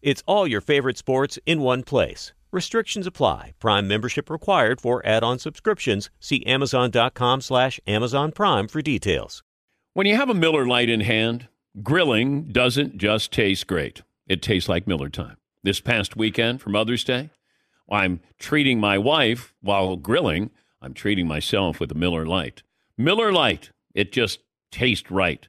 It's all your favorite sports in one place. Restrictions apply. Prime membership required for add-on subscriptions. See Amazon.com slash Amazon Prime for details. When you have a Miller Lite in hand, grilling doesn't just taste great. It tastes like Miller time. This past weekend for Mother's Day, I'm treating my wife while grilling. I'm treating myself with a Miller Lite. Miller Lite, it just tastes right.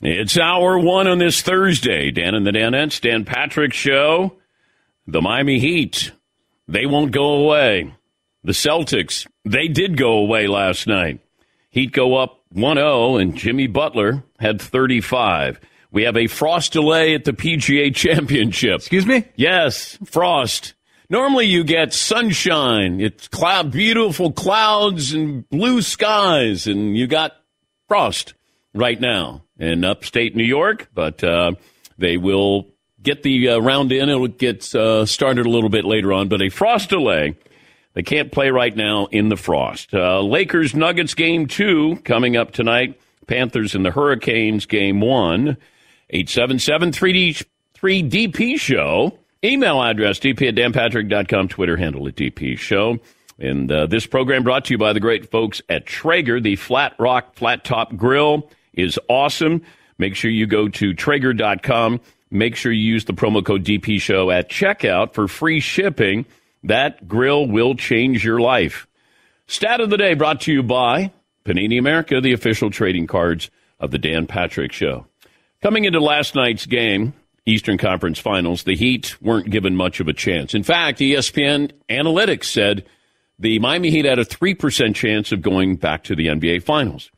It's hour one on this Thursday. Dan and the Danettes, Dan Patrick Show, the Miami Heat. They won't go away. The Celtics, they did go away last night. Heat go up 1 0, and Jimmy Butler had 35. We have a frost delay at the PGA Championship. Excuse me? Yes, frost. Normally you get sunshine, it's cloud, beautiful clouds and blue skies, and you got frost right now in upstate New York, but uh, they will get the uh, round in. It'll get uh, started a little bit later on, but a frost delay. They can't play right now in the frost. Uh, Lakers Nuggets game two coming up tonight. Panthers and the Hurricanes game one. 877 3D, 3DP show. Email address dp at danpatrick.com. Twitter handle at dp show. And uh, this program brought to you by the great folks at Traeger, the Flat Rock Flat Top Grill is awesome. Make sure you go to Traeger.com. Make sure you use the promo code DP Show at checkout for free shipping. That grill will change your life. Stat of the day brought to you by Panini America, the official trading cards of the Dan Patrick Show. Coming into last night's game, Eastern Conference Finals, the Heat weren't given much of a chance. In fact, E ESPN Analytics said the Miami Heat had a 3% chance of going back to the NBA Finals.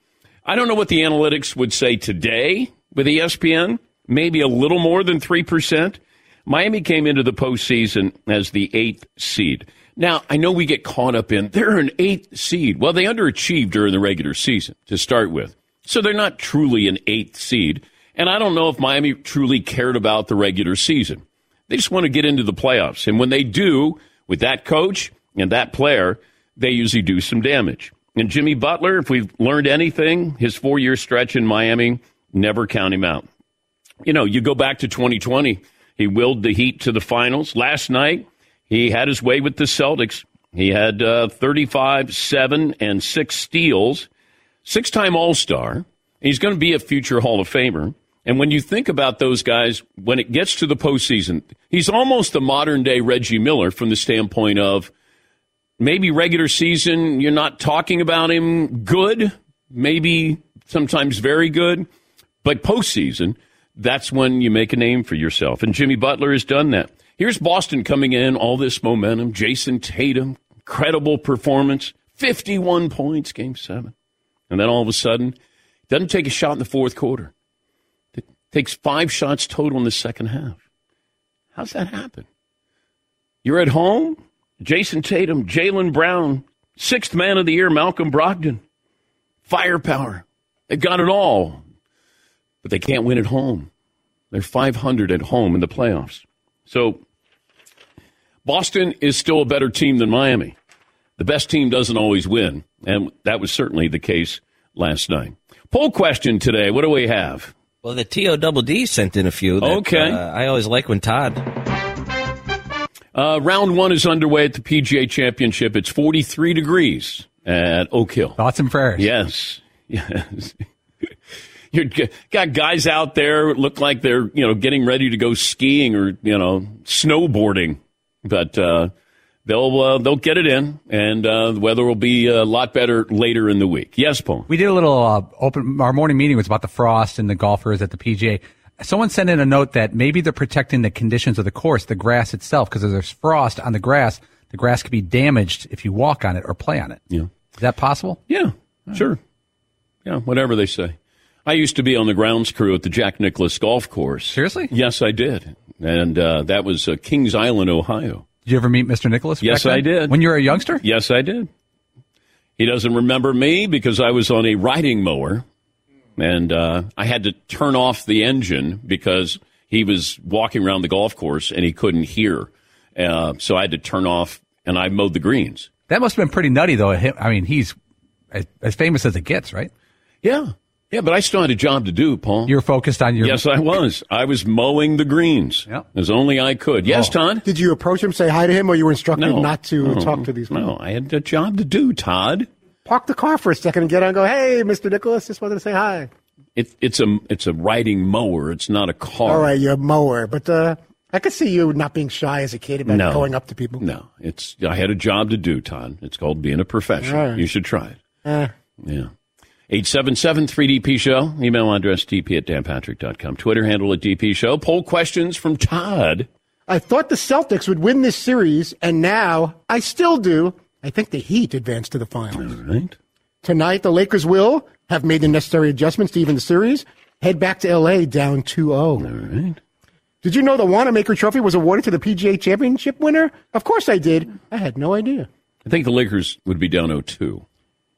I don't know what the analytics would say today with E ESPN, maybe a little more than 3%. Miami came into the postseason as the eighth seed. Now, I know we get caught up in they're an eighth seed. Well, they underachieved during the regular season to start with. So they're not truly an eighth seed. And I don't know if Miami truly cared about the regular season. They just want to get into the playoffs. And when they do, with that coach and that player, they usually do some damage. And Jimmy Butler, if we've learned anything, his four year stretch in Miami, never count him out. You know, you go back to 2020, he willed the Heat to the finals. Last night, he had his way with the Celtics. He had 35, uh, 7, and 6 steals, six time All Star. He's going to be a future Hall of Famer. And when you think about those guys, when it gets to the postseason, he's almost the modern day Reggie Miller from the standpoint of maybe regular season you're not talking about him good, maybe sometimes very good, but postseason that's when you make a name for yourself. And Jimmy Butler has done that. Here's Boston coming in, all this momentum. Jason Tatum, credible performance, 51 points, game seven. And then all of a sudden, doesn't take a shot in the fourth quarter. It takes five shots total in the second half. How's that happen? You're at home, Jason Tatum, Jalen Brown, sixth man of the year, Malcolm Brogdon. Firepower. They've got it all. But they can't win at home. They're 500 at home in the playoffs. So Boston is still a better team than Miami. The best team doesn't always win. And that was certainly the case last night. Poll question today. What do we have? Well, the TO Double D sent in a few. That, okay. Uh, I always like when Todd uh, round one is underway at the PGA Championship. It's 43 degrees at Oak Hill. Thoughts and prayers. Yes, yes. you got guys out there look like they're you know getting ready to go skiing or you know snowboarding but uh, they'll uh, they'll get it in, and uh, the weather will be a lot better later in the week. Yes, Paul. We did a little uh, open. Our morning meeting was about the frost and the golfers at the PGA. Someone sent in a note that maybe they're protecting the conditions of the course, the grass itself, because if there's frost on the grass, the grass could be damaged if you walk on it or play on it. Yeah. Is that possible? Yeah, sure. Yeah, whatever they say. I used to be on the grounds crew at the Jack Nicklaus Golf Course. Seriously? Did Yes, I did, and uh, that was uh, Kings Island, Ohio. you ever meet Mr. Nicholas? back Yes, then? I did. When you were a youngster? Yes, I did. He doesn't remember me because I was on a riding mower and uh, I had to turn off the engine because he was walking around the golf course and he couldn't hear. Uh, so I had to turn off and I mowed the greens. That must have been pretty nutty, though. Him- I mean, he's as, as famous as it gets, right? Yeah. Yeah, but I still had a job to do, Paul. You're focused on your. yes, I was. I was mowing the greens Yep. as only I could. Yes, Oh. Todd? Oh. Did you approach him, say hi to him, or you were instructed No. not to No. talk to these people? No, I had a job to do, Todd. Park the car for a second and get on and go, hey, Mr. Nicholas, just wanted to say hi. It, it's a it's a riding mower. It's not a car. All right, you're a mower. But uh, I could see you not being shy as a kid about No. going up to people. No, it's I had a job to do, Todd. It's called being a professional. You should try it. Uh, Yeah. 877 3DP Show. Email address dp at danpatrick.com. Twitter handle at DP Show. Poll questions from Todd. I thought the Celtics would win this series, and now I still do. I think the Heat advanced to the finals. Right? Tonight, the Lakers will have made the necessary adjustments to even the series, head back to LA down 2 0. All right. Did you know the Wanamaker Trophy was awarded to the PGA Championship winner? Of course I did. I had no idea. I think the Lakers would be down 02.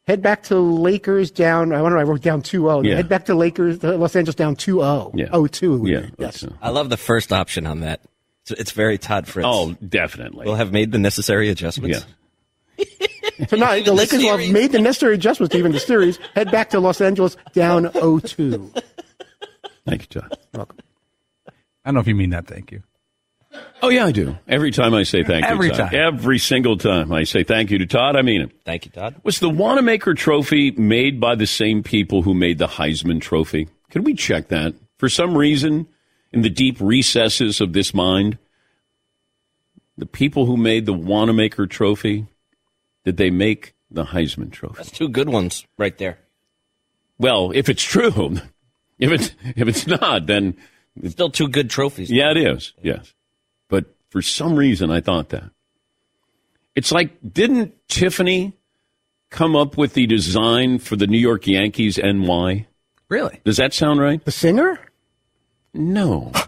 Head back to Lakers down. I wonder, I wrote down 2 0. Yeah. Head back to Lakers, to Los Angeles down oh. 2 0. Yeah. 02. Yeah. Yes. okay. I love the first option on that. It's, it's very Todd Fritz. Oh, definitely. we'll have made the necessary adjustments. yeah. Tonight, the Lakers will have made the necessary adjustments to even the series. Head back to Los Angeles down 0 2. Thank you, Todd. I don't know if you mean that. Thank you. Oh, yeah, I do. Every time I say thank Every you, Todd. time. Every single time I say thank you to Todd, I mean it. Thank you, Todd. Was the Wanamaker Trophy made by the same people who made the Heisman Trophy? Can we check that? For some reason, in the deep recesses of this mind, the people who made the Wanamaker Trophy, did they make the Heisman Trophy? That's two good ones right there. Well, if it's true, if it's, if it's not, then Still two good trophies. yeah, it is. Yes. But for some reason, I thought that. It's like, didn't Tiffany come up with the design for the New York Yankees NY? Really? Does that sound right? The singer? No.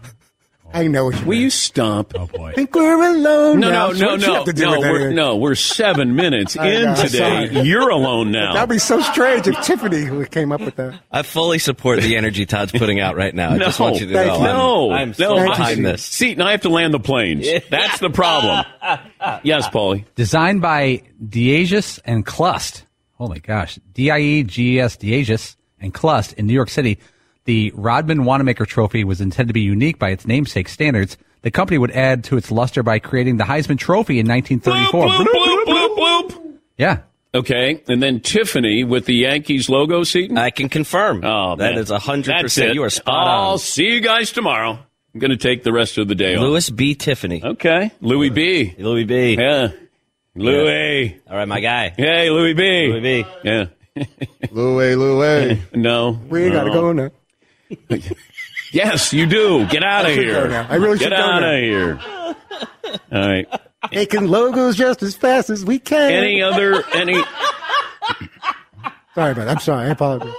I know what you Will mean. Oh, you stop? boy. think we're alone. No, now. no, no, What you no, have to do no. with that? We're, no, we're seven minutes I in know, I'm today. sorry. You're alone now. That'd be so strange if Tiffany who came up with that. I fully support the energy Todd's putting out right now. I just want you to thank know. I'm- you. no, I'm, no, so thank you. behind this. See, now I have to land the planes. That's the problem. yes, Paulie. Designed by Diegis and Clust. Oh my gosh. D I E G S Diegis and Clust in New York City. The Rodman Wanamaker Trophy was intended to be unique by its namesake standards. The company would add to its luster by creating the Heisman Trophy in Bloop, 1934. bloop, bloop, bloop, bloop. Yeah. Okay, and then Tiffany with the Yankees logo, Seton. I can confirm. oh, that man. is a hundred That's percent. it. You are spot I'll on. see you guys tomorrow. I'm going to take the rest of the day off. Louis B. Tiffany. Okay, Louis B. Louis B. Yeah, Louis. All right, my guy. Hey, Louis B. Louis B. Yeah. Louie, Louie. No. We gotta go Oh. now. Yes, you do. Get out of go here. now. I really Get should go out now. of here. All right. Making logos just as fast as we can. Any other any sorry about that. I'm sorry. I apologize.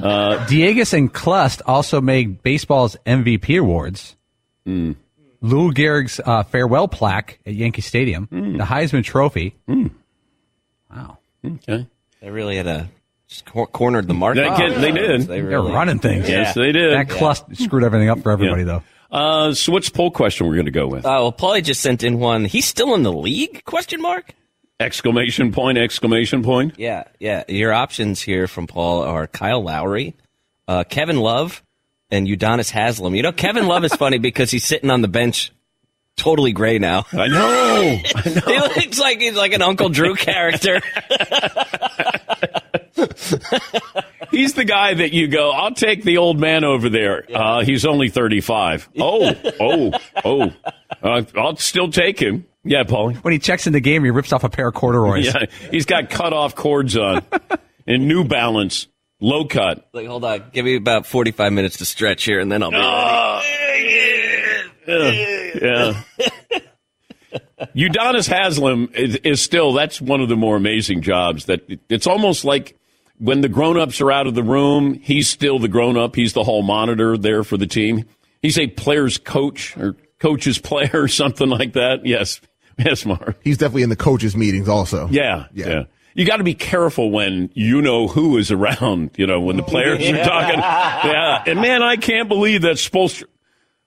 Uh, Diegas and Clust also made baseball's MVP awards. Hmm. Lou Gehrig's uh, farewell plaque at Yankee Stadium, Hmm. the Heisman Trophy. Wow. okay. They really had a just cor- cornered the market. Oh, They can- they did. They're running things. Yes, they did. That Clust screwed everything up for everybody, though. Uh, so what's the poll question we're going to go with? Uh, well, Paulie just sent in one. He's still in the league? Question mark. Exclamation point! Exclamation point! Yeah, yeah. Your options here from Paul are Kyle Lowry, uh, Kevin Love, and Udonis Haslam. You know, Kevin Love is funny because he's sitting on the bench, totally gray now. I know. I know. he looks like he's like an Uncle Drew character. He's the guy that you go, I'll take the old man over there. Uh, he's only 35. Oh, oh, oh. Uh, I'll still take him. Yeah, Paulie. When he checks in the game, he rips off a pair of corduroys. Yeah, he's got cut off cords on and New Balance low cut. Like, hold on, give me about forty-five minutes to stretch here, and then I'll be. Ah! Yeah. Udonis Haslam is, is still that's one of the more amazing jobs that it's almost like when the grown-ups are out of the room, he's still the grown-up, he's the hall monitor there for the team. He's a player's coach or coach's player or something like that. Yes. Yes, Mark. He's definitely in the coaches' meetings also. Yeah, yeah. Yeah. You got to be careful when you know who is around. You know when the players are talking. Yeah, and man, I can't believe that's supposed. to-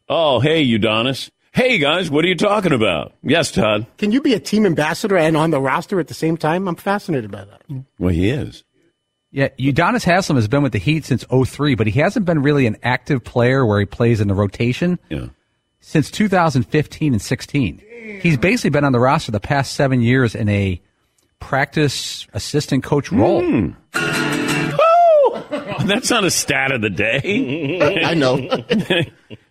Oh, hey, Udonis. Hey, guys, what are you talking about? Yes, Todd. Can you be a team ambassador and on the roster at the same time? I'm fascinated by that. Well, he is. Yeah, Udonis Haslam has been with the Heat since 03, but he hasn't been really an active player where he plays in the rotation Yeah. since 2015 and 16. He's basically been on the roster the past seven years in a practice assistant coach role. Hmm. That's not a stat of the day. I know.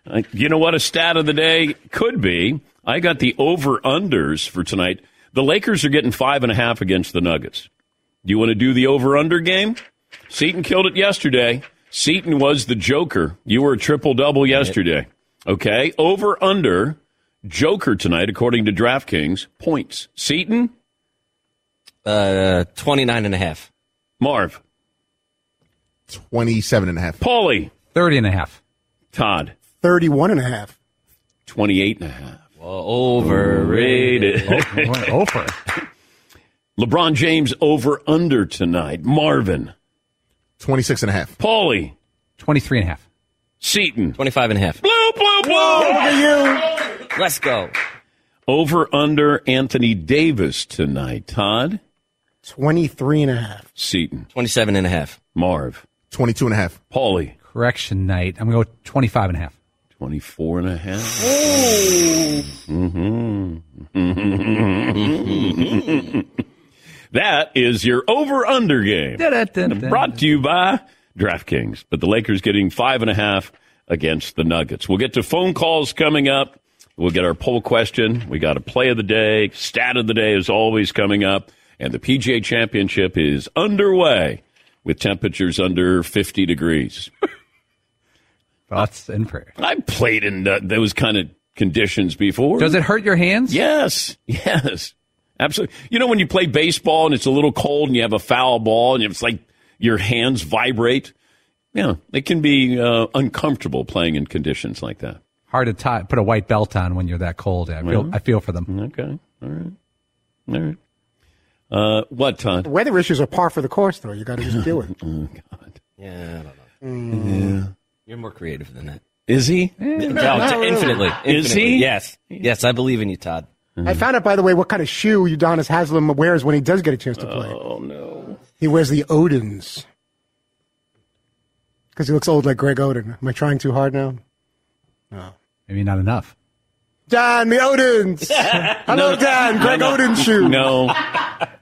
Like, you know what a stat of the day could be? I got the over unders for tonight. The Lakers are getting five and a half against the Nuggets. Do you want to do the over under game? Seton killed it yesterday. Seton was the Joker. You were a triple double yesterday. Okay. Over under Joker tonight, according to DraftKings, points. Seton, Uh, 29 and a half. Marv, 27 and a half. Paulie, 30 and a half. Todd, 31 and a half. 28 and a half. Overrated. Oh, we went over. LeBron James over under tonight. Marvin, 26 and a half. Paulie, 23 and a half. Seton. 25 and a half. Blue, blue, blue. Let's go. Over under Anthony Davis tonight. Todd 23 and a half. Seaton, 27 and a half. Marv, 22 and a half. Paulie, Correction night. I'm going to go 25 and a half. 24 and a half. Mm-hmm. That is your over under game. Brought to you by DraftKings. But the Lakers getting five and a half against the Nuggets. We'll get to phone calls coming up. We'll get our poll question. We got a play of the day. Stat of the day is always coming up. And the PGA championship is underway with temperatures under 50 degrees. Thoughts and prayers. I played in uh, those kind of conditions before. Does it hurt your hands? Yes, yes, absolutely. You know when you play baseball and it's a little cold and you have a foul ball and it's like your hands vibrate. Yeah, it can be uh, uncomfortable playing in conditions like that. Hard to tie, put a white belt on when you're that cold. I feel, I feel for them. Okay, all right, all right. Uh, what, Todd? Weather issues are par for the course, though. You got to just deal with it. Mm. Oh God, Yeah, I don't know. You're more creative than that. is he? No, it's infinitely, infinitely. Is he? Yes. Yes, I believe in you, Todd. I found out, by the way, what kind of shoe Udonis Haslam wears when he does get a chance to play. Oh no. He wears the Odins. Because he looks old like Greg Odin. Am I trying too hard now? Maybe not enough. Dan, the Odins! Hello, Dan, Greg Odin shoe. No,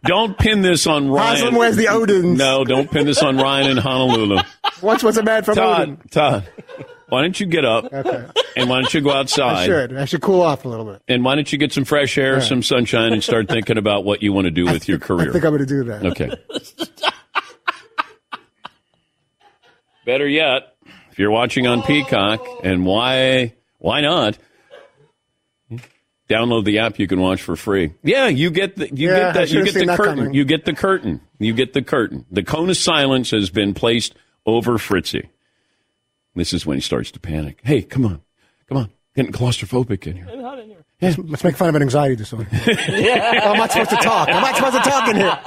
don't pin this on Ryan. Haslam wears the Odins. No, don't pin this on Ryan in Honolulu. What's what's a man from Odin? Todd, Todd, why don't you get up and why don't you go outside? I should. I should cool off a little bit. And why don't you get some fresh air, some sunshine, and start thinking about what you want to do with your I think career? I'm going to do that. Okay. Better yet, if you're watching on Peacock, and why why not? Download the app. You can watch for free. Yeah, you get the you Yeah, get I that you should've get seen the that curtain. coming. You get the curtain. You get the curtain. The cone of silence has been placed over Fritzy. This is when he starts to panic. Hey, come on, come on, getting claustrophobic in here. Let's make fun of an anxiety disorder. I'm not supposed to talk. I'm not supposed to talk in here.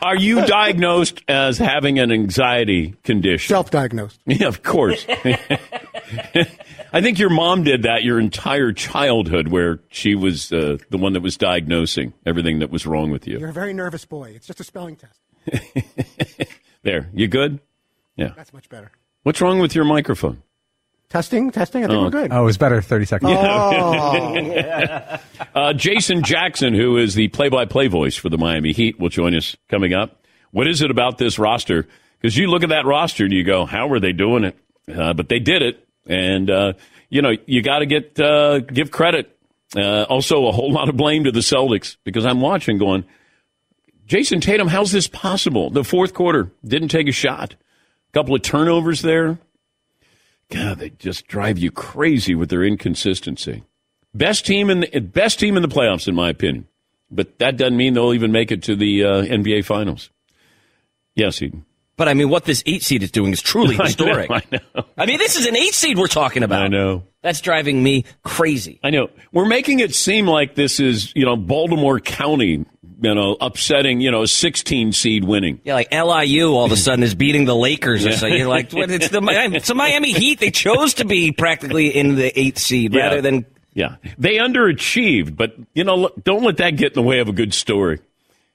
Are you diagnosed as having an anxiety condition? Self-diagnosed. Yeah, of course. I think your mom did that your entire childhood, where she was uh, the one that was diagnosing everything that was wrong with you. You're a very nervous boy. It's just a spelling test. There, you good? That's much better. What's wrong with your microphone? Testing, testing. I think we're good. Oh, it was better 30 seconds. Oh. Uh, Jason Jackson, who is the play-by-play voice for the Miami Heat, will join us coming up. What is it about this roster? Because you look at that roster and you go, "How were they doing it?" Uh, but they did it, and uh, you know you got to get uh, give credit Uh, also, a whole lot of blame to the Celtics because I'm watching going, Jason Tatum, how's this possible? The fourth quarter didn't take a shot. A couple of turnovers there. God, Ah, they just drive you crazy with their inconsistency. Best team in the best team in the playoffs, in my opinion. But that doesn't mean they'll even make it to the uh, NBA Finals. Yes, Eden. But I mean, what this eight seed is doing is truly I know, historic. I know. I mean, this is an eight seed we're talking about. I know. That's driving me crazy. I know. We're making it seem like this is, you know, Baltimore County, you know, upsetting, you know, a 16 seed winning. Yeah, like LIU all of a sudden is beating the Lakers or something. You're like, what, it's the Mi- it's the Miami Heat. They chose to be practically in the eighth seed Yeah. rather than Yeah. They underachieved, but, you know, look, don't let that get in the way of a good story.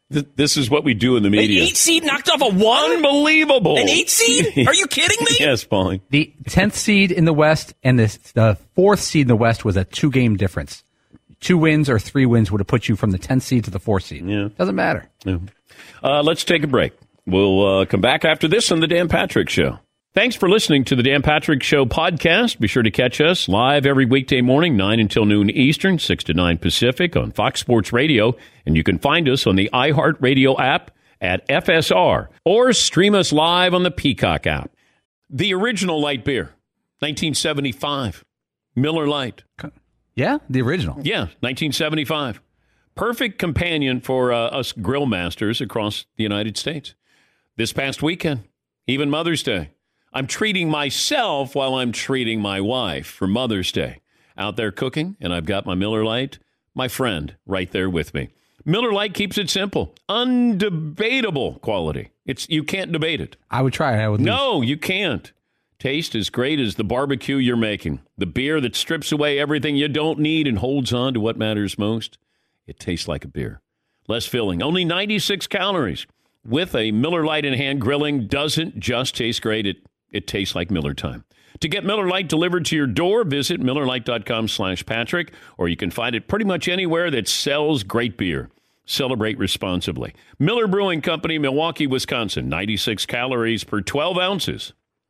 Th- this is what we do in the an media. eight seed knocked off a one. Unbelievable. An eight seed? Are you kidding me? Yes, Paulie. The tenth seed in the West and the, the fourth seed in the West was a two game difference. Two wins or three wins would have put you from the tenth seed to the fourth seed. Yeah. Doesn't matter. Uh, let's take a break. We'll uh, come back after this on The Dan Patrick Show. Thanks for listening to The Dan Patrick Show podcast. Be sure to catch us live every weekday morning, 9 until noon Eastern, 6 to 9 Pacific on Fox Sports Radio. And you can find us on the iHeartRadio app at FSR or stream us live on the Peacock app. The original light beer, 1975, Miller Light. Yeah, the original. Yeah, 1975. Perfect companion for uh, us grill masters across the United States. This past weekend, even Mother's Day, I'm treating myself while I'm treating my wife for Mother's Day. Out there cooking, and I've got my Miller Lite, my friend, right there with me. Miller Lite keeps it simple, undebatable quality. It's you can't debate it. I would try. it. I would. lose. No, you can't. Taste as great as the barbecue you're making. The beer that strips away everything you don't need and holds on to what matters most. It tastes like a beer. Less filling, only 96 calories. With a Miller Lite in hand, grilling doesn't just taste great. It, it tastes like Miller time. To get Miller Lite delivered to your door, visit MillerLite.com slash Patrick, or you can find it pretty much anywhere that sells great beer. Celebrate responsibly. Miller Brewing Company, Milwaukee, Wisconsin. 96 calories per 12 ounces.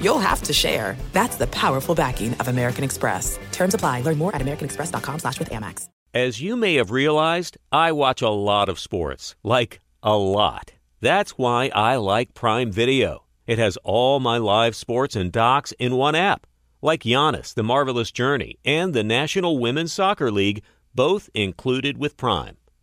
you'll have to share. That's the powerful backing of American Express. Terms apply. Learn more at americanexpress.com slash with Amex. As you may have realized, I watch a lot of sports. Like, a lot. That's why I like Prime Video. It has all my live sports and docs in one app. Like Giannis, The Marvelous Journey, and the National Women's Soccer League, both included with Prime.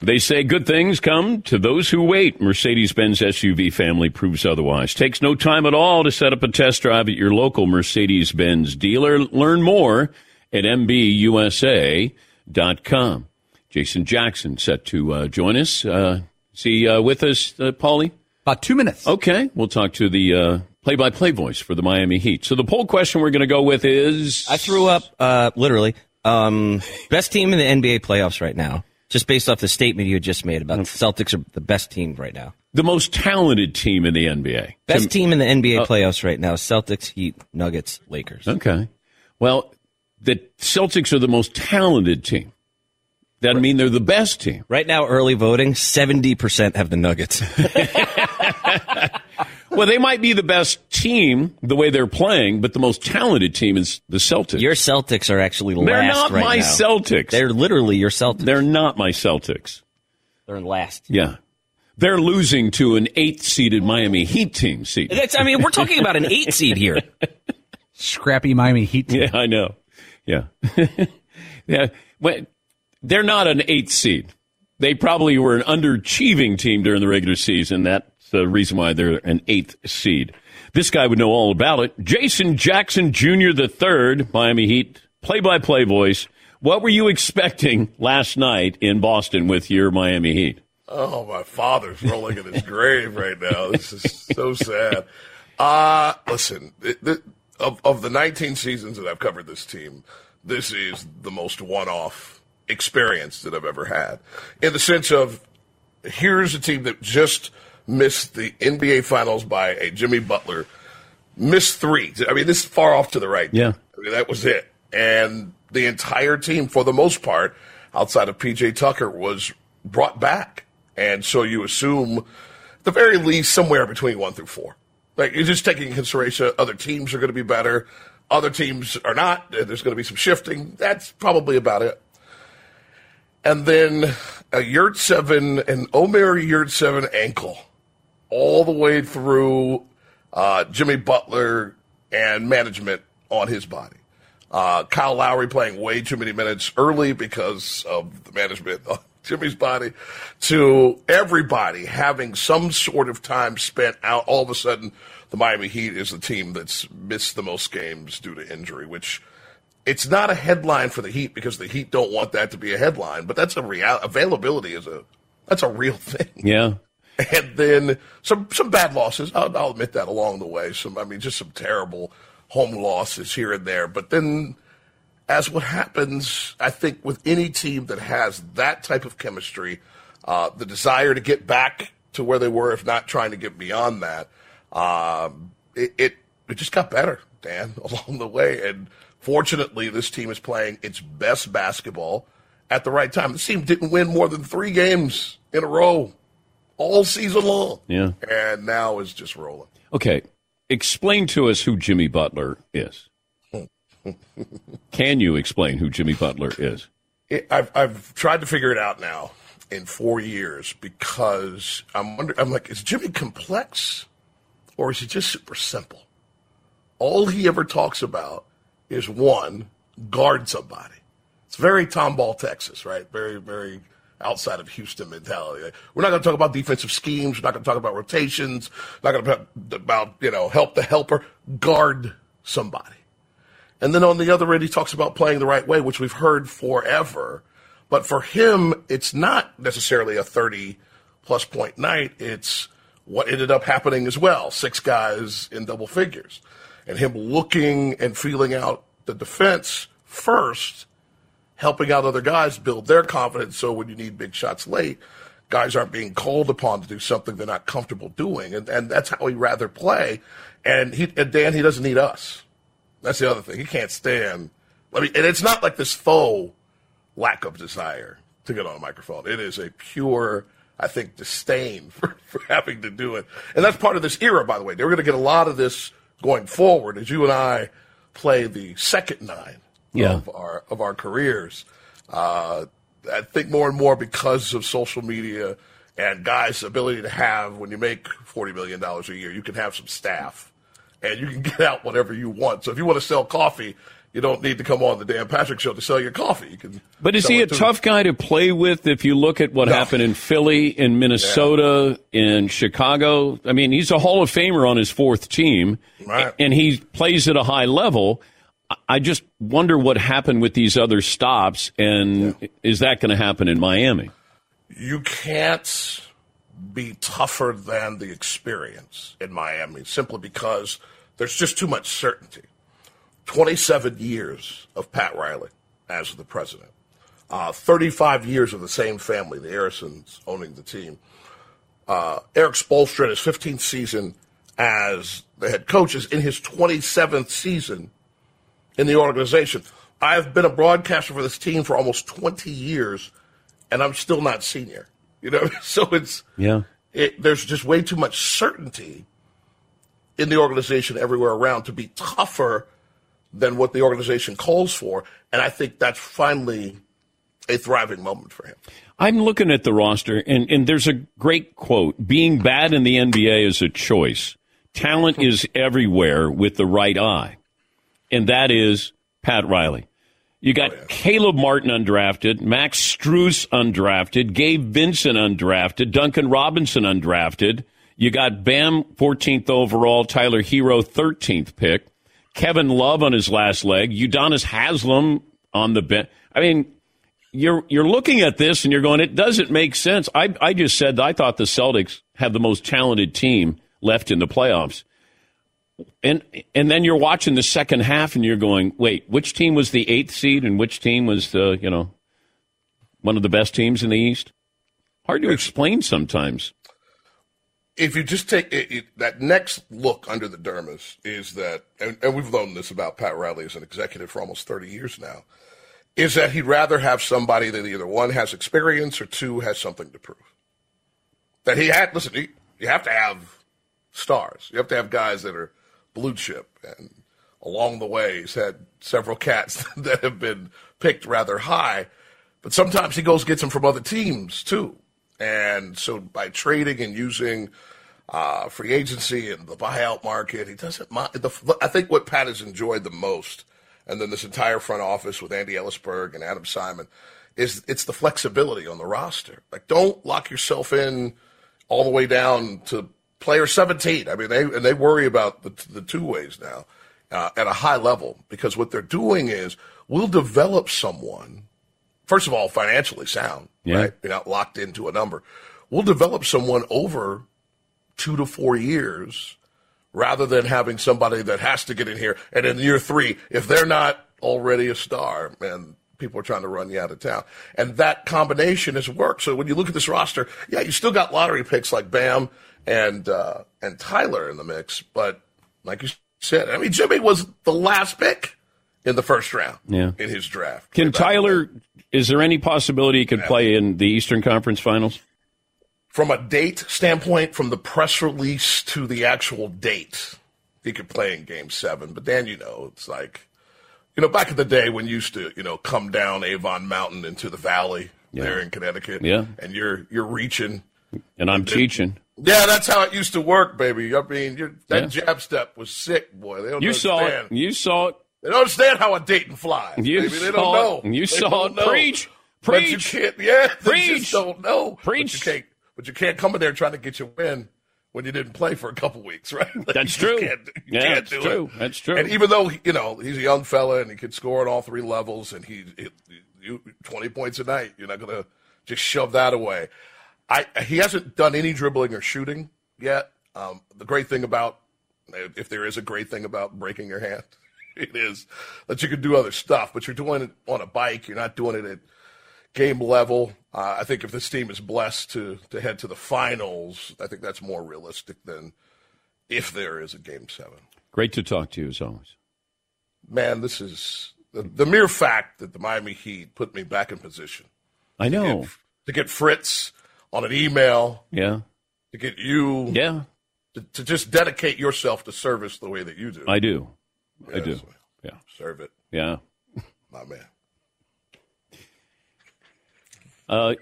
They say good things come to those who wait. Mercedes Benz SUV family proves otherwise. Takes no time at all to set up a test drive at your local Mercedes Benz dealer. Learn more at MBUSA.com. Jason Jackson set to uh, join us. Uh, is he uh, with us, uh, Paulie? About two minutes. Okay, we'll talk to the uh, play-by-play voice for the Miami Heat. So the poll question we're going to go with is: I threw up, uh, literally, um, best team in the NBA playoffs right now, just based off the statement you just made about the Celtics are the best team right now. Mm-hmm. the most talented team in the NBA. Best To- team in the Oh. NBA playoffs right now: Celtics, Heat, Nuggets, Lakers. Okay. Well, the Celtics are the most talented team. That mean they're the best team. Right now, early voting: seventy percent have the Nuggets. Well, they might be the best team the way they're playing, but the most talented team is the Celtics. your Celtics are actually they're last not right my now. Celtics. They're, They're literally your Celtics. They're, not my Celtics. in last. Yeah. They're losing to an eighth seeded Miami Heat team seed. That's, I mean, we're talking about an eight seed here. Scrappy Miami Heat. Yeah, I know. Yeah. yeah. When, they're not an eighth seed. They probably were an underachieving team during the regular season. That the reason why they're an eighth seed. This guy would know all about it. Jason Jackson Jr. the third, Miami Heat play-by-play voice. What were you expecting last night in Boston with your Miami Heat? Oh, my father's rolling in his grave right now. This is so sad. Uh, listen, it, the, of, of the 19 seasons that I've covered this team, this is the most one off experience that I've ever had. In the sense of here's a team that just missed the NBA Finals by a Jimmy Butler, missed three. I mean, this is far off to the right. Yeah. I mean, that was it. And the entire team, for the most part, outside of PJ Tucker, was brought back. And so you assume, at the very least, somewhere between one through four. Like you're just taking into consideration other teams are going to be better, other teams are not. and There's going to be some shifting. That's probably about it. And then a yurt seven, an Omer yurt seven ankle, all the way through uh, Jimmy Butler and management on his body. Uh, Kyle Lowry playing way too many minutes early because of the management on Jimmy's body. To everybody having some sort of time spent out, all of a sudden, the Miami Heat is the team that's missed the most games due to injury, which it's not a headline for the Heat because the Heat don't want that to be a headline, but that's a real availability is a that's a real thing. Yeah. And then some some bad losses. I'll, I'll admit that along the way. Some I mean just some terrible home losses here and there. But then as what happens, I think with any team that has that type of chemistry, uh, the desire to get back to where they were, if not trying to get beyond that, um, it, it it just got better, Dan, along the way. And fortunately, this team is playing its best basketball at the right time. This team didn't win more than three games in a row all season long, Yeah. and now is just rolling. Okay. Explain to us who Jimmy Butler is. Can you explain who Jimmy Butler is? it, I've I've tried to figure it out now in four years because I'm wonder I'm like, is Jimmy complex or is he just super simple? All he ever talks about is one guard somebody. It's very Tom Ball Texas, right? Very very outside of Houston mentality. Like, we're not going to talk about defensive schemes. We're not going to talk about rotations. Not going to talk about you know help the helper. Guard somebody. And then on the other end, he talks about playing the right way, which we've heard forever. But for him, it's not necessarily a 30 plus point night. It's what ended up happening as well six guys in double figures. And him looking and feeling out the defense first, helping out other guys build their confidence. So when you need big shots late, guys aren't being called upon to do something they're not comfortable doing. And, and that's how he rather play. And, he, and Dan, he doesn't need us. That's the other thing. He can't stand. I mean, and it's not like this faux lack of desire to get on a microphone. It is a pure, I think, disdain for, for having to do it. And that's part of this era, by the way. They're going to get a lot of this going forward as you and I play the second nine Yeah. of our of our careers. Uh, I think more and more because of social media and guys' ability to have when you make forty million dollars a year, you can have some staff and you can get out whatever you want. So if you want to sell coffee, you don't need to come on the Dan Patrick Show to sell your coffee. You can. But is sell he it to- a tough guy to play with if you look at what happened in Philly, in Minnesota, in Chicago? I mean, he's a Hall of Famer on his fourth team, Right. and he plays at a high level. I- I just wonder what happened with these other stops, and is that going to happen in Miami? You can't be tougher than the experience in Miami simply because there's just too much certainty. 27 years of Pat Riley as the president, uh, 35 years of the same family, the Harrisons owning the team. Uh, Eric Spolstra in his 15th season as the head coach is in his 27th season in the organization. I've been a broadcaster for this team for almost 20 years, and I'm still not senior. You know, so it's Yeah. it, there's just way too much certainty in the organization everywhere around to be tougher than what the organization calls for. And I think that's finally a thriving moment for him. I'm looking at the roster, and, and there's a great quote Being bad in the NBA is a choice. Talent is everywhere with the right eye. And that is Pat Riley. You got Caleb Martin undrafted, Max Struess undrafted, Gabe Vincent undrafted, Duncan Robinson undrafted. You got Bam 14th overall, Tyler Hero 13th pick, Kevin Love on his last leg, Udonis Haslam on the bench. I mean, you're you're looking at this and you're going, it doesn't make sense. I I just said that I thought the Celtics have the most talented team left in the playoffs. And and then you're watching the second half and you're going, wait, which team was the eighth seed and which team was the you know one of the best teams in the East? Hard to explain sometimes. if you just take it, it, that next look under the dermis is that, and, and we've known this about Pat Riley as an executive for almost 30 years now, is that he'd rather have somebody that either one has experience or two has something to prove. That he had, listen, he, you have to have stars. You have to have guys that are blue chip. And along the way, he's had several cats that have been picked rather high. But sometimes he goes gets them from other teams too. And so by trading and using uh, free agency and the buyout market, he doesn't mind. The, I think what Pat has enjoyed the most, and then this entire front office with Andy Ellisberg and Adam Simon, is it's the flexibility on the roster. Like, don't lock yourself in all the way down to player 17. I mean, they and they worry about the, the two ways now uh, at a high level because what they're doing is we'll develop someone first of all, financially sound, Yeah. right? You're not locked into a number. We'll develop someone over two to four years rather than having somebody that has to get in here. And in year three, if they're not already a star, man, people are trying to run you out of town. And that combination has worked. So when you look at this roster, yeah, you still got lottery picks like Bam and uh, and Tyler in the mix, but like you said, I mean, Jimmy was the last pick in the first round Yeah. in his draft. Can Tyler? Is there any possibility he could play in the Eastern Conference Finals? from a date standpoint, from the press release to the actual date, he could play in game seven. But then, you know, it's like, you know, back in the day when you used to, you know, come down Avon Mountain into the valley there in Connecticut. Yeah. And you're, you're reaching. And I'm teaching. Yeah, that's how it used to work, baby. I mean, you're, that Yeah. jab step was sick, boy. They don't You saw understand. it. You saw it. They don't understand how a dating flies. You baby. They saw don't it. know. You They saw don't it. know. Preach. But you Preach. can't. Yeah. They Preach. just don't know. Preach. But you can't. But you can't come in there trying to get your win when you didn't play for a couple weeks, right? Like, That's you true. just Can't, do- you Yeah, can't that's do true. it. That's true. And even though you know he's a young fella and he can score on all three levels, and he, he, you twenty points a night, you're not gonna just shove that away. I he hasn't done any dribbling or shooting yet. Um, the great thing about if there is a great thing about breaking your hand, it is that you can do other stuff, but you're doing it on a bike. You're not doing it at game level. Uh, I think if this team is blessed to to head to the finals, I think that's more realistic than if there is a game seven. Great to talk to you as always. Man, this is the, the mere fact that the Miami Heat put me back in position I know. to get Fritz on an email, Yeah. to get you Yeah. to, to just dedicate yourself to service the way that you do. I do. I Yes. do. Yeah. Serve it, Yeah. my man. Uh,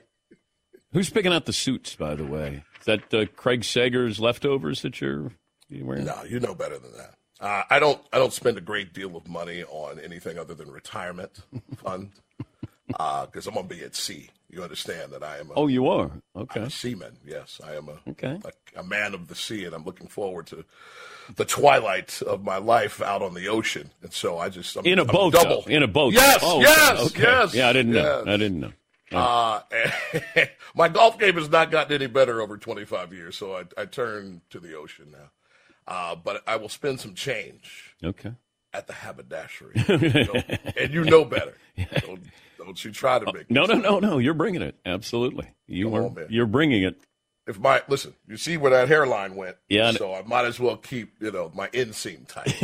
who's picking out the suits, by the way? Is that uh, Craig Sager's leftovers that you're you wearing? No, you know better than that. Uh, I don't. I don't spend a great deal of money on anything other than retirement fund because I'm gonna be at sea. You understand that I am. A, Oh, you are. Okay. I'm a seaman. Yes, I am a, Okay. a a man of the sea, and I'm looking forward to the twilight of my life out on the ocean. And so I just I'm, In a I'm boat. double though. In a boat. Yes, Oh, yes, okay. yes. Yeah, I didn't know. Oh. yes. I didn't know. Uh, and my golf game has not gotten any better over 25 years, so I, I turn to the ocean now. Uh, but I will spend some change Oh, Okay. at the haberdashery, You know, and you know better. Don't, don't you try to make Oh, No, me no, sound- no, no. You're bringing it. Absolutely. You Come are. on, man. you're bringing it. If my listen, you see where that hairline went. Yeah, I kn- So I might as well keep you know my inseam tight.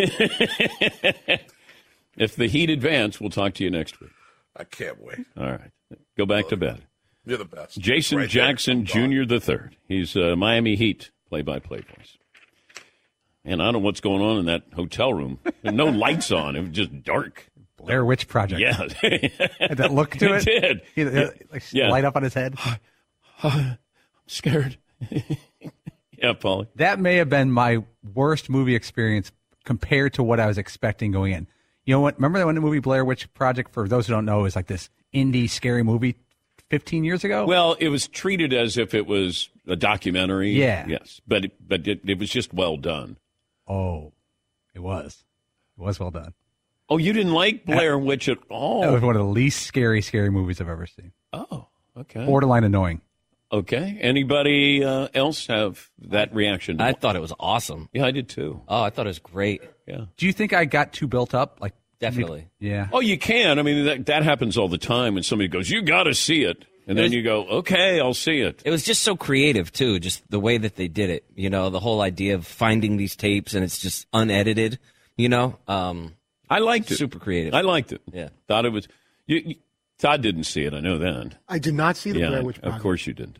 If the heat advance, we'll talk to you next week. I can't wait. All right. Go back to bed. You're the best. Jason Right there. Jackson I'm gone. Jr. the third. He's uh, Miami Heat play-by-play voice. And I don't know what's going on in that hotel room. There were No lights on. It was just dark. Blair Witch Project. Yeah, Had that look to It it. did. He- he- like, Yeah. Light up on his head. scared. yeah, Paulie. That may have been my worst movie experience compared to what I was expecting going in. You know what? Remember that one movie Blair Witch Project? For those who don't know, is like this indie scary movie 15 years ago. Well, it was treated as if it was a documentary. Yeah. Yes, but it, but it, it was just well done. Oh, it was. It was well done. Oh, you didn't like Blair Witch at all? Uh, That was one of the least scary, scary movies I've ever seen. Oh, okay. Borderline annoying. Okay. Anybody uh, else have that reaction? I thought it was awesome. Yeah, I did too. Oh, I thought it was great. Yeah. Do you think I got too built up? Like Definitely. Yeah. Oh, you can. I mean, that, that happens all the time when somebody goes, "You got to see it," and then you go, "Okay, I'll see it." It was just so creative too, just the way that they did it. You know, the whole idea of finding these tapes and it's just unedited. You know, um, I liked it. super creative. I liked it. Yeah. Thought it was. You, you, Todd didn't see it. I know that. I did not see the yeah. Blair Witch of Project. course you didn't.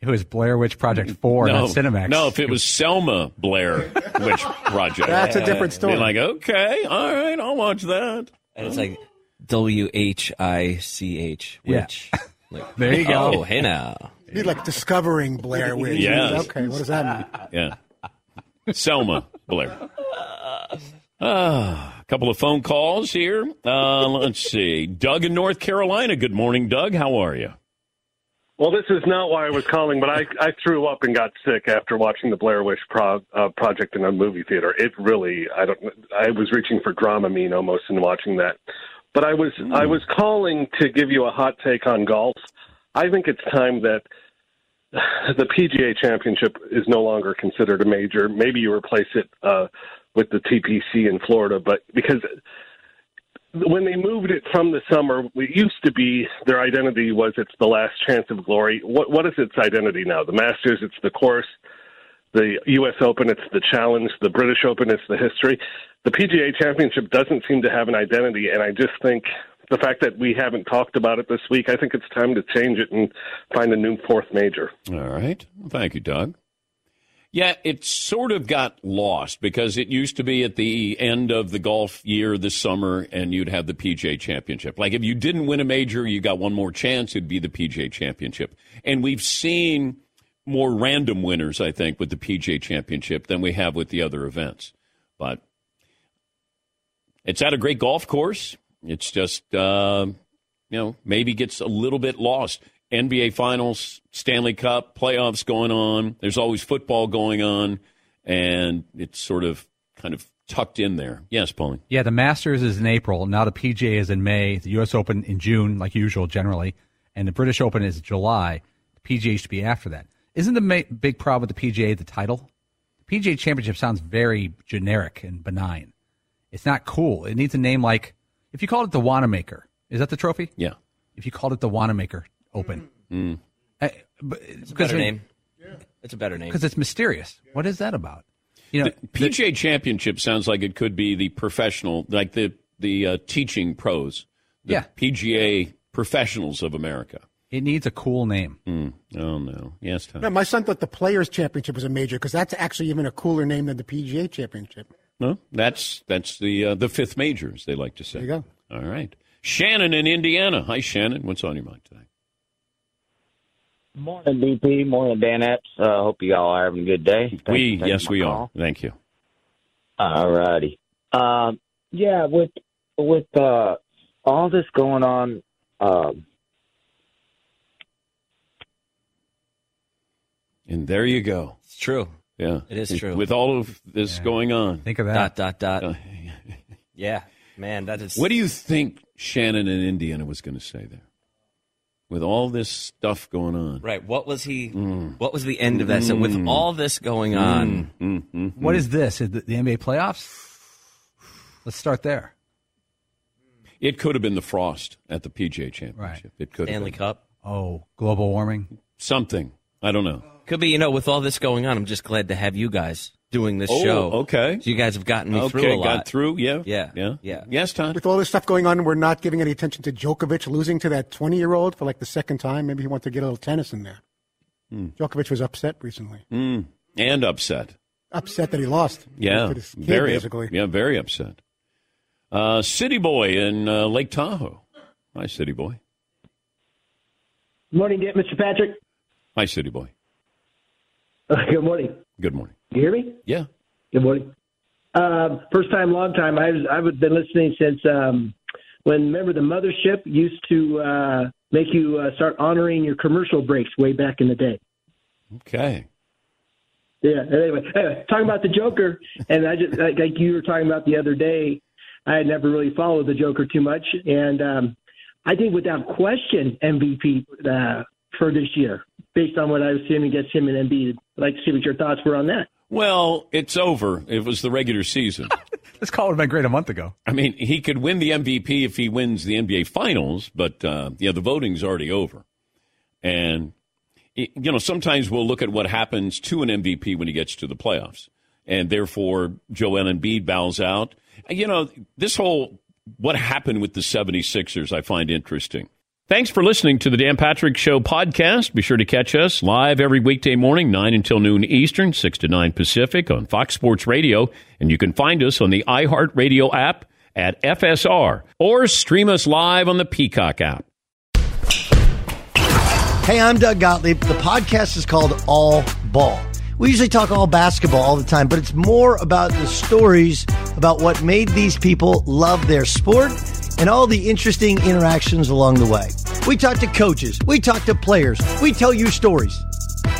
It was Blair Witch Project 4, no, not Cinemax. No, if it was Selma Blair Witch Project, That's a different I'd be story. like, okay, all right, I'll watch that. and it's like W H I C H, Yeah. which. Like, There you go. Oh, hey now. It'd be like discovering Blair Witch. Yes. Okay, what does that mean? Yeah. Selma Blair. Ah, a couple of phone calls here. Uh, let's see. Doug in North Carolina. Good morning, Doug. How are you? Well, this is not why I was calling, but I, I threw up and got sick after watching the Blair Witch pro, uh, Project in a movie theater. It really, I don't, I was reaching for Dramamine almost in watching that. But I was, I was calling to give you a hot take on golf. I think it's time that the PGA Championship is no longer considered a major. Maybe you replace it uh, with the TPC in Florida, but because when they moved it from the summer, it used to be their identity was it's the last chance of glory. What what is its identity now? The Masters, it's the course. The U.S. Open, it's the challenge. The British Open, it's the history. The PGA Championship doesn't seem to have an identity, and I just think the fact that we haven't talked about it this week, I think it's time to change it and find a new fourth major. All right. Thank you, Doug. Yeah, it sort of got lost because it used to be at the end of the golf year this summer, and you'd have the PJ Championship. Like if you didn't win a major, you got one more chance, it'd be the PJ Championship. And we've seen more random winners, I think, with the PJ Championship than we have with the other events. But it's at a great golf course. It's just, uh, you know, maybe gets a little bit lost. NBA Finals, Stanley Cup, playoffs going on. There's always football going on, and it's sort of kind of tucked in there. Yes, Pauline. Yeah, the Masters is in April. Now the PGA is in May. The U.S. Open in June, like usual, generally, and the British Open is July. The PGA should be after that. Isn't the ma- big problem with the PGA the title? The PGA Championship sounds very generic and benign. It's not cool. It needs a name like if you called it the Wanamaker. Is that the trophy? Yeah. If you called it the Wanamaker Open, Uh, but- because Mm. Better name. It's a better name. because it's mysterious. What is that about? You know, PGA Championship sounds like it could be the professional, like the the uh, teaching pros, the Yeah. PGA professionals of America. it needs a cool name. Oh no, yes, Tom. No, my son thought the Players Championship was a major because that's actually even a cooler name than the PGA Championship. No, that's that's the uh, the fifth major, as they like to say. There you go. All right, Shannon in Indiana. Hi, Shannon. What's on your mind today? Morning, BP. Morning, Dan Epps. Uh, hope you all are having a good day. we yes, we are. Thank you. All righty. Um, yeah, with with uh, all this going on, um, And there you go. it's true. Yeah, It is true. With all of this going on, Think of that. Dot, dot, dot. Uh, yeah. Man, that is. what do you think Shannon in Indiana was going to say there? With all this stuff going on, Mm. Right. What was he? What was the end of that? So with all this going on, mm, Mm. What is this? Is it the NBA playoffs? Let's start there. it could have been the frost at the PJ Championship. It could have Stanley been Cup Oh, global warming. something. I don't know. could be. You know, with all this going on, I'm just glad to have you guys doing this Oh, show. okay. So you guys have gotten me through Okay, a lot. got through. Yeah, Yeah, yeah, yeah. Yes, Todd. With all this stuff going on, we're not giving any attention to Djokovic losing to that 20 year old for like the second time. Maybe he wanted to get a little tennis in there. Hmm. Djokovic was upset recently. Mm. And upset. Upset that he lost. Yeah, Looked at his kid, very up- basically. yeah, very upset. Uh, City boy in uh, Lake Tahoe. Hi, City boy. morning, Mr. Patrick. Hi, City boy. good morning. Good morning. You hear me? Yeah. Good morning. Um, Uh, first time, long time. I was, I've been listening since um, when remember the mothership used to uh, make you uh, start honoring your commercial breaks way back in the day. Okay. Yeah. Anyway, anyway, talking about the Joker, and I just like, like you were talking about the other day, I had never really followed the Joker too much, and um, I think without question MVP uh, for this year, based on what I was seeing against him and Embiid. I'd like to see what your thoughts were on that. Well, it's over. It was the regular season. this call would have been great a month ago. I mean, he could win the MVP if he wins the NBA Finals, but uh, yeah, the voting's already over. And y- you know, sometimes we'll look at what happens to an MVP when he gets to the playoffs, and therefore Joel Embiid bows out. And, You know, this whole what happened with the 76ers I find interesting. Thanks for listening to the Dan Patrick Show podcast. Be sure to catch us live every weekday morning, 9 until noon Eastern, 6 to 9 Pacific on Fox Sports Radio. And you can find us on the iHeartRadio app at FSR or stream us live on the Peacock app. Hey, I'm Doug Gottlieb. The podcast is called All Ball. We usually talk all basketball all the time, but it's more about the stories about what made these people love their sport and all the interesting interactions along the way. We talk to coaches, we talk to players, we tell you stories.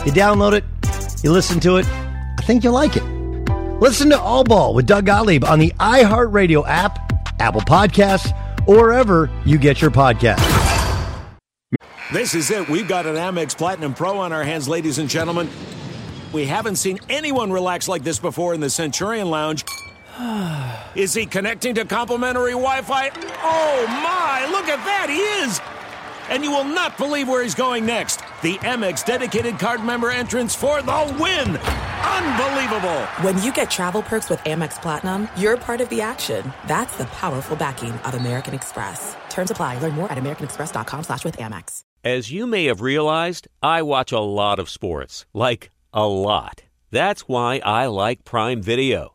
You download it, you listen to it, I think you'll like it. Listen to All Ball with Doug Gottlieb on the iHeartRadio app, Apple Podcasts, or wherever you get your podcasts. This is it. We've got an Amex Platinum Pro on our hands, ladies and gentlemen. We haven't seen anyone relax like this before in the Centurion Lounge. Is he connecting to complimentary Wi Fi? Oh my, look at that! He is! And you will not believe where he's going next. The Amex dedicated card member entrance for the win! Unbelievable! When you get travel perks with Amex Platinum, you're part of the action. That's the powerful backing of American Express. Terms apply. Learn more at americanexpress.com slash with Amex. As you may have realized, I watch a lot of sports. Like, a lot. That's why I like Prime Video.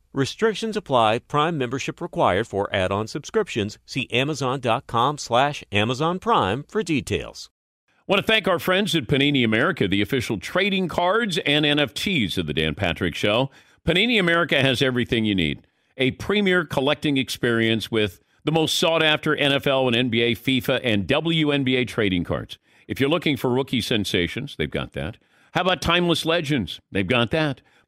Restrictions apply. Prime membership required for add-on subscriptions. See Amazon.com slash Amazon Prime for details. want to thank our friends at Panini America, the official trading cards and NFTs of the Dan Patrick Show. Panini America has everything you need a premier collecting experience with the most sought after NFL and NBA, FIFA, and WNBA trading cards. If you're looking for rookie sensations, they've got that. How about timeless legends? They've got that.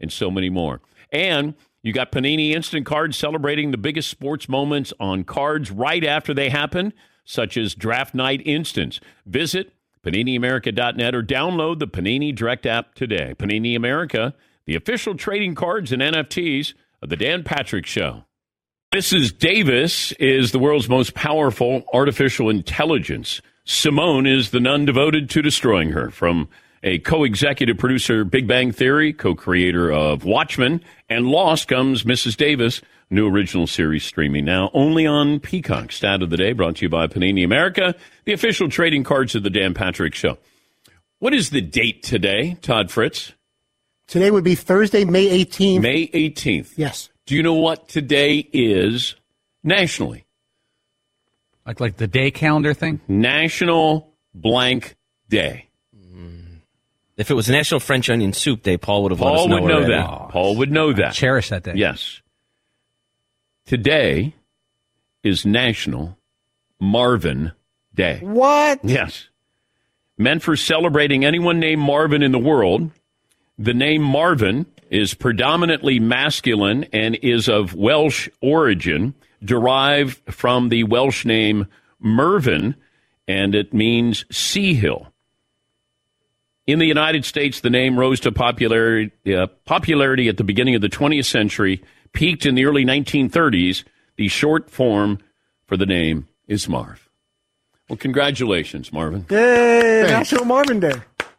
and so many more. And you got Panini Instant Cards celebrating the biggest sports moments on cards right after they happen, such as Draft Night Instance. Visit PaniniAmerica.net or download the Panini Direct app today. Panini America, the official trading cards and NFTs of The Dan Patrick Show. Mrs. Davis is the world's most powerful artificial intelligence. Simone is the nun devoted to destroying her. From a co executive producer, Big Bang Theory, co creator of Watchmen, and Lost comes Mrs. Davis, new original series streaming now only on Peacock. Stat of the day brought to you by Panini America, the official trading cards of The Dan Patrick Show. What is the date today, Todd Fritz? Today would be Thursday, May 18th. May 18th. Yes. Do you know what today is nationally? Like like the day calendar thing? National Blank Day. Mm. If it was National French Onion Soup Day, Paul would have let us Paul know would know already. that. Paul would know that. cherish that day. Yes. Today is National Marvin Day. What? Yes. Meant for celebrating anyone named Marvin in the world. The name Marvin is predominantly masculine and is of Welsh origin, derived from the Welsh name Mervyn, and it means sea hill. In the United States, the name rose to popularity, uh, popularity at the beginning of the 20th century, peaked in the early 1930s. The short form for the name is Marv. Well, congratulations, Marvin. Yay, National Marvin Day.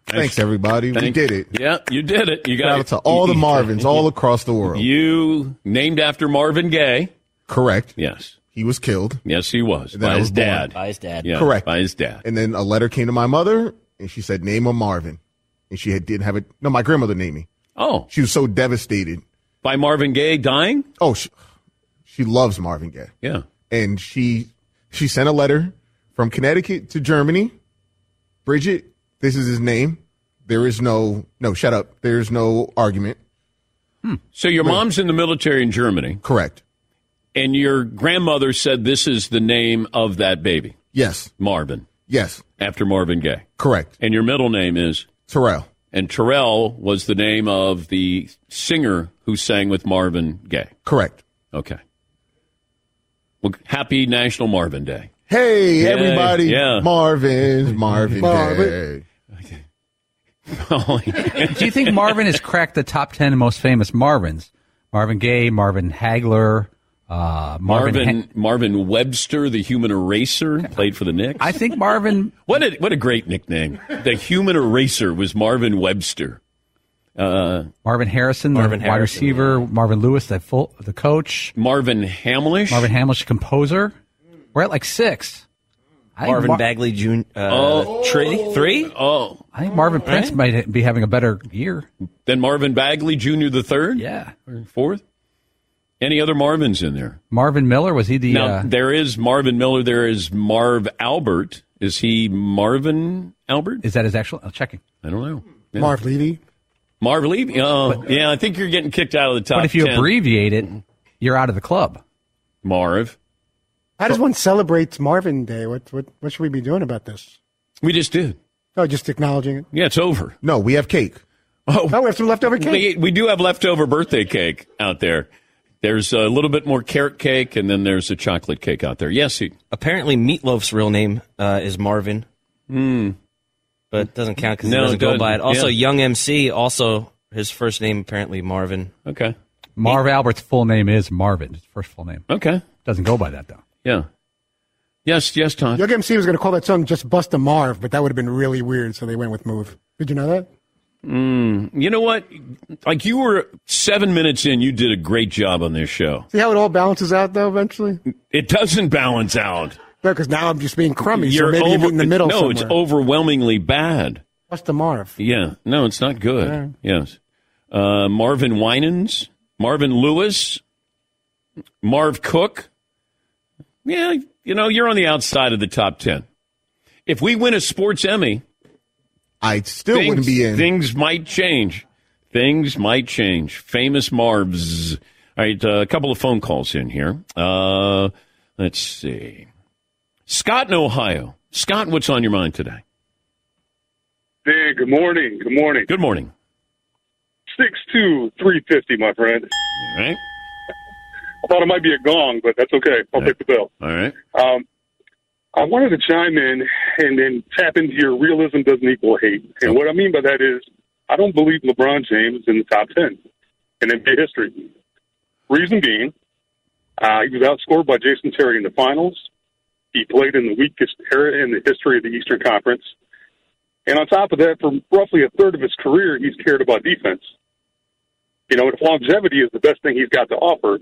Thanks, everybody. we Thank- did it. Yeah, you did it. You got Shout out to all the Marvins all across the world. You named after Marvin Gaye. Correct. Yes. He was killed. Yes, he was. And then By I his was born. dad. By his dad. Yeah, Correct. By his dad. And then a letter came to my mother, and she said, "Name him Marvin." And she had, didn't have it. No, my grandmother named me. Oh, she was so devastated by Marvin Gaye dying. Oh, she, she loves Marvin Gaye. Yeah, and she she sent a letter from Connecticut to Germany. Bridget, this is his name. There is no no. Shut up. There's no argument. So your Right. mom's in the military in Germany. Correct. And your grandmother said this is the name of that baby. Yes. Marvin. Yes. After Marvin Gaye. Correct. And your middle name is Terrell. And Terrell was the name of the singer who sang with Marvin Gaye. Correct. Okay. Well, happy National Marvin Day. Hey Yay. everybody, Yeah. Marvin, Marvin, Marvin. Gaye. Oh, Do you think Marvin has cracked the top 10 most famous Marvins? Marvin Gaye, Marvin Hagler, uh, Marvin. Marvin Hen- Marvin Webster, the human eraser, played for the Knicks. I think Marvin. What a what a great nickname! The human eraser was Marvin Webster. Uh, Marvin Harrison, Marvin the wide Harrison, receiver. Marvin Lewis, the full, the coach. Marvin Hamlish. Marvin Hamlish, composer. We're at like six. I think Marvin Mar- Bagley Jr. Uh, Oh. Three? Three? Oh. I think Marvin Prince might be having a better year. Then Marvin Bagley Jr. the third. Yeah. Or fourth. Any other Marvins in there? Marvin Miller was he the? now uh, there is Marvin Miller. There is Marv Albert. Is he Marvin Albert? Is that his actual? I'm checking. I don't know. Yeah. Marv Levy. Marv Levy. Oh, yeah. I think you're getting kicked out of the top. but if you 10. abbreviate it, you're out of the club. Marv. How does one celebrate Marvin Day? What, what, what should we be doing about this? We just did. Oh, just acknowledging it. Yeah, it's over. No, we have cake. Oh, we have some leftover cake. We, we do have leftover birthday cake out there. There's a little bit more carrot cake, and then there's a chocolate cake out there. Yes, he, Apparently, Meatloaf's real name uh, is Marvin. But it doesn't count because No, he it doesn't go doesn't. by it. Also, Yeah. Young MC, also his first name apparently Marvin. Okay. Marv Albert's full name is Marvin. His first full name. Okay. Doesn't go by that though. Yeah. Yes, yes, Tom. Young MC was going to call that song Just Bust a Marv, but that would have been really weird, so they went with Move. Did you know that? Mm, you know what? Like you were seven minutes in, you did a great job on this show. See how it all balances out, though, eventually? No, It doesn't balance out. because now I'm just being crummy, so maybe over- you're in the middle No, somewhere. it's overwhelmingly bad. Bust a Marv. Yeah, no, it's not good. Yeah. Yes, uh, Marvin Winans, Marvin Lewis, Marv Cook. Yeah, you know you're on the outside of the top ten. If we win a sports Emmy, I still wouldn't be in. Things might change. Things might change. Famous Marvs. All right, uh, a couple of phone calls in here. Uh, let's see. Scott in Ohio. Scott, what's on your mind today? Hey, good morning. Good morning. Good morning. Six two three fifty, my friend. All right. I thought it might be a gong, but that's okay. I'll take the bill. All right. Um, I wanted to chime in and then tap into your realism doesn't equal hate. And what I mean by that is, I don't believe LeBron James is in the top 10 in NBA history. Reason being, uh, he was outscored by Jason Terry in the finals. He played in the weakest era in the history of the Eastern Conference. And on top of that, for roughly a third of his career, he's cared about defense. You know, if longevity is the best thing he's got to offer,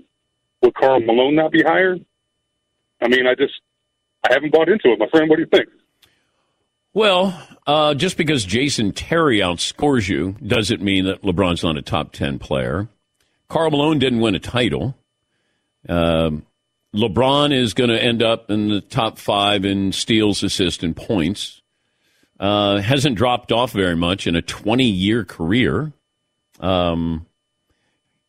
would Carl Malone not be higher? I mean, I just I haven't bought into it, my friend. What do you think? Well, uh, just because Jason Terry outscores you doesn't mean that LeBron's not a top 10 player. Carl Malone didn't win a title. Um, LeBron is going to end up in the top five in steals, assists, and points. Uh, hasn't dropped off very much in a 20 year career. Um,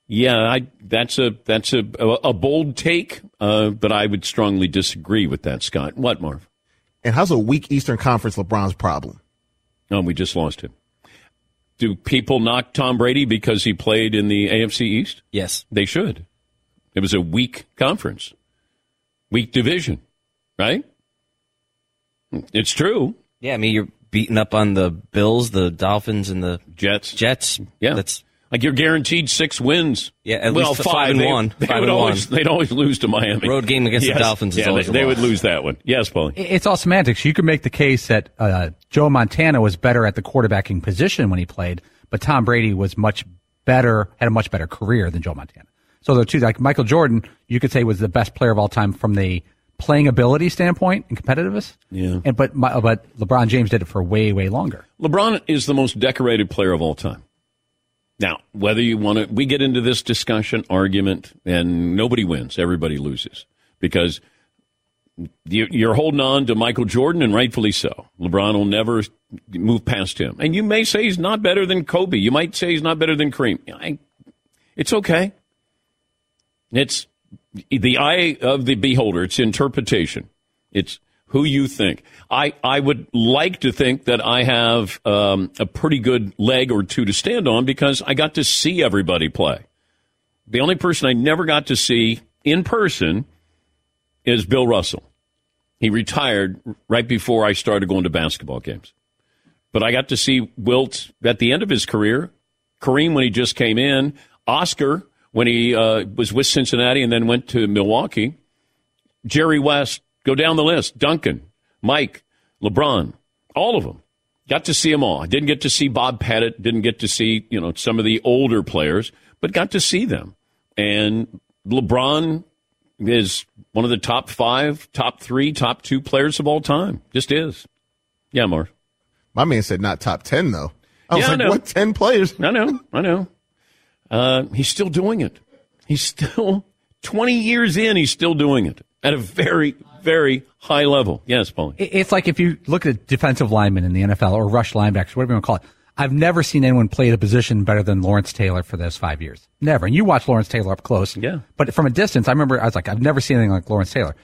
yeah, I, that's a that's a, a, a bold take, uh, but I would strongly disagree with that, Scott. What, Marv? And how's a weak Eastern Conference LeBron's problem? No, we just lost him. Do people knock Tom Brady because he played in the AFC East? Yes. They should. It was a weak conference, weak division, right? It's true. Yeah, I mean, you're beating up on the Bills, the Dolphins, and the Jets. Jets. Yeah, that's like you're guaranteed six wins. Yeah, at well, least the five, five and They- one. They Five would and always, one. They'd always lose to Miami. Road game against the Yes. Dolphins is Yeah, always they, a they would loss. lose that one. Yes, Paulie. It's all semantics. You can make the case that uh, Joe Montana was better at the quarterbacking position when he played, but Tom Brady was much better, had a much better career than Joe Montana. So they're two, like Michael Jordan, you could say was the best player of all time from the playing ability standpoint and competitiveness. Yeah. And, but, my, but LeBron James did it for way, way longer. LeBron is the most decorated player of all time. Now, whether you want to, we get into this discussion, argument, and nobody wins. Everybody loses because you- you're holding on to Michael Jordan, and rightfully so. LeBron will never move past him. And you may say he's not better than Kobe. You might say he's not better than Kareem. I, it's okay. It's the eye of the beholder. It's interpretation. It's who you think. I, I would like to think that I have um, a pretty good leg or two to stand on because I got to see everybody play. The only person I never got to see in person is Bill Russell. He retired right before I started going to basketball games. But I got to see Wilt at the end of his career, Kareem when he just came in, Oscar when he uh, was with Cincinnati and then went to Milwaukee, Jerry West, go down the list, Duncan, Mike, LeBron, all of them. Got to see them all. I didn't get to see Bob Pettit, didn't get to see, you know, some of the older players, but got to see them. And LeBron is one of the top five, top three, top two players of all time. Just is. Yeah, Mark. My man said not top 10, though. I was Yeah, I like, know. what 10 players? I know. I know. Uh, he's still doing it. He's still 20 years in, he's still doing it at a very, very high level. Yes, Paulie. It- It's like if you look at defensive linemen in the NFL or rush linebackers, whatever you want to call it. I've never seen anyone play the position better than Lawrence Taylor for those five years. Never. And you watch Lawrence Taylor up close. Yeah. But from a distance, I remember I was like, I've never seen anything like Lawrence Taylor.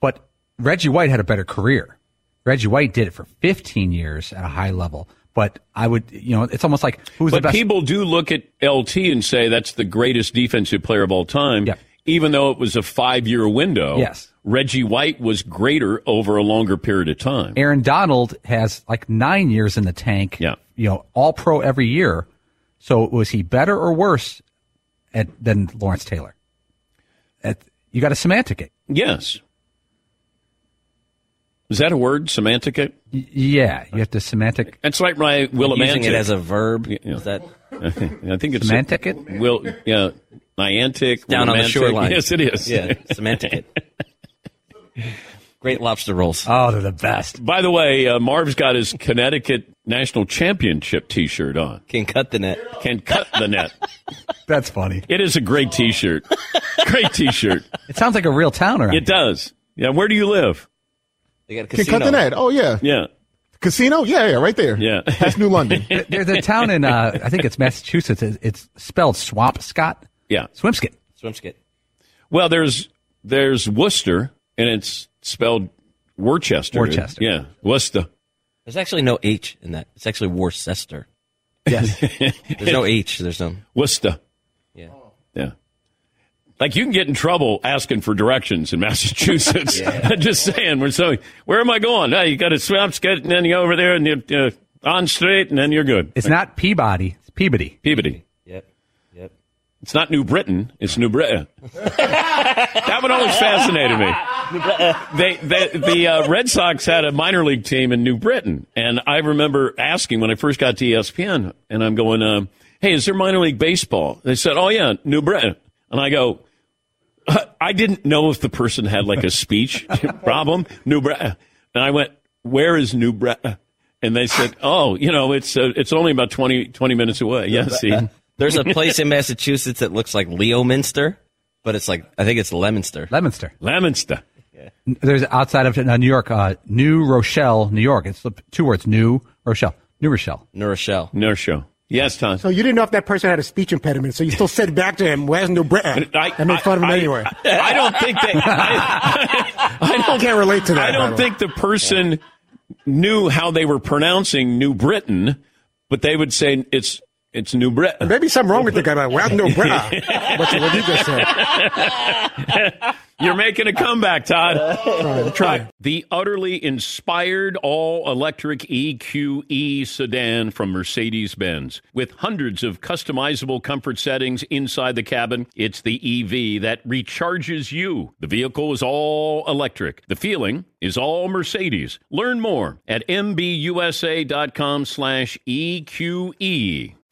But Reggie White had a better career. Reggie White did it for 15 years at a high level. But I would, you know, it's almost like who's the but best? people do look at LT and say that's the greatest defensive player of all time, even though it was a five year window. Yes. Reggie White was greater over a longer period of time. Aaron Donald has like nine years in the tank. Yeah. You know, all pro every year. So was he better or worse at, than Lawrence Taylor? At, you got to semantic it. Yes. Is that a word, semantic it? Y- yeah. You have to semantic. That's like my will Using it as a verb. Is that? I think it's Semantic it? Will yeah, niantic. down on the romantic. shoreline. Yes, it is. Yeah, semantic it. Great lobster rolls. Oh, they're the best. By the way, uh, Marv's got his Connecticut National Championship T-shirt on. Can cut the net. Can cut the net. That's funny. It is a great T-shirt. Great T-shirt. It sounds like a real towner. It does. Yeah. Where do you live? They got a Can cut the net. Oh, yeah. Yeah. Casino? Yeah, yeah, right there. Yeah. That's New London. There's a town in, uh, I think it's Massachusetts. It- It's spelled Swamp Scott. Yeah. Swimpscott. Swimskit. Well, there's there's Worcester, and it's spelled Worcester. Worcester. Yeah, Worcester. There's actually no H in that. It's actually Worcester. Yes. There's no H. There's no. Worcester. Yeah. Yeah. Like you can get in trouble asking for directions in Massachusetts. Just saying, we're so where am I going? Now you got a swamp skit, and then you over there, and you uh, on straight, and then you're good. It's not Peabody. It's Peabody. Peabody. Yep. Yep. It's not New Britain. It's New Britain. that one always fascinated me. They, they the uh, Red Sox had a minor league team in New Britain, and I remember asking when I first got to E ESPN, and I'm going, um, "Hey, is there minor league baseball?" They said, "Oh yeah, New Britain," and I go. "Uh, I didn't know if the person had like a speech problem, New Britain, and I went, "Where is New Britain?" And they said, "Oh, you know, it's uh, it's only about 20, 20 minutes away." Yes, see, There's a place in Massachusetts that looks like Leominster, but it's like I think it's Leominster. Leominster. Leominster. There's outside of uh, New York, uh, New Rochelle, New York. It's the two words, New Rochelle. New Rochelle. New Rochelle. New Rochelle. Yes, Tom. So you didn't know if that person had a speech impediment, so you still said back to him, "Where's New Britain?" I, made fun of him anyway. I don't think that. I, I don't, can't relate to that. I by don't the think the person knew how they were pronouncing New Britain, but they would say it's It's New Britain. Maybe something wrong with the guy. But well, no, brother. What's what you just said? You're making a comeback, Todd. Trying, trying. The utterly inspired all electric EQE E sedan from Mercedes Benz. With hundreds of customizable comfort settings inside the cabin, it's the EV that recharges you. The vehicle is all electric. The feeling is all Mercedes. Learn more at mbusa.com slash E EQE.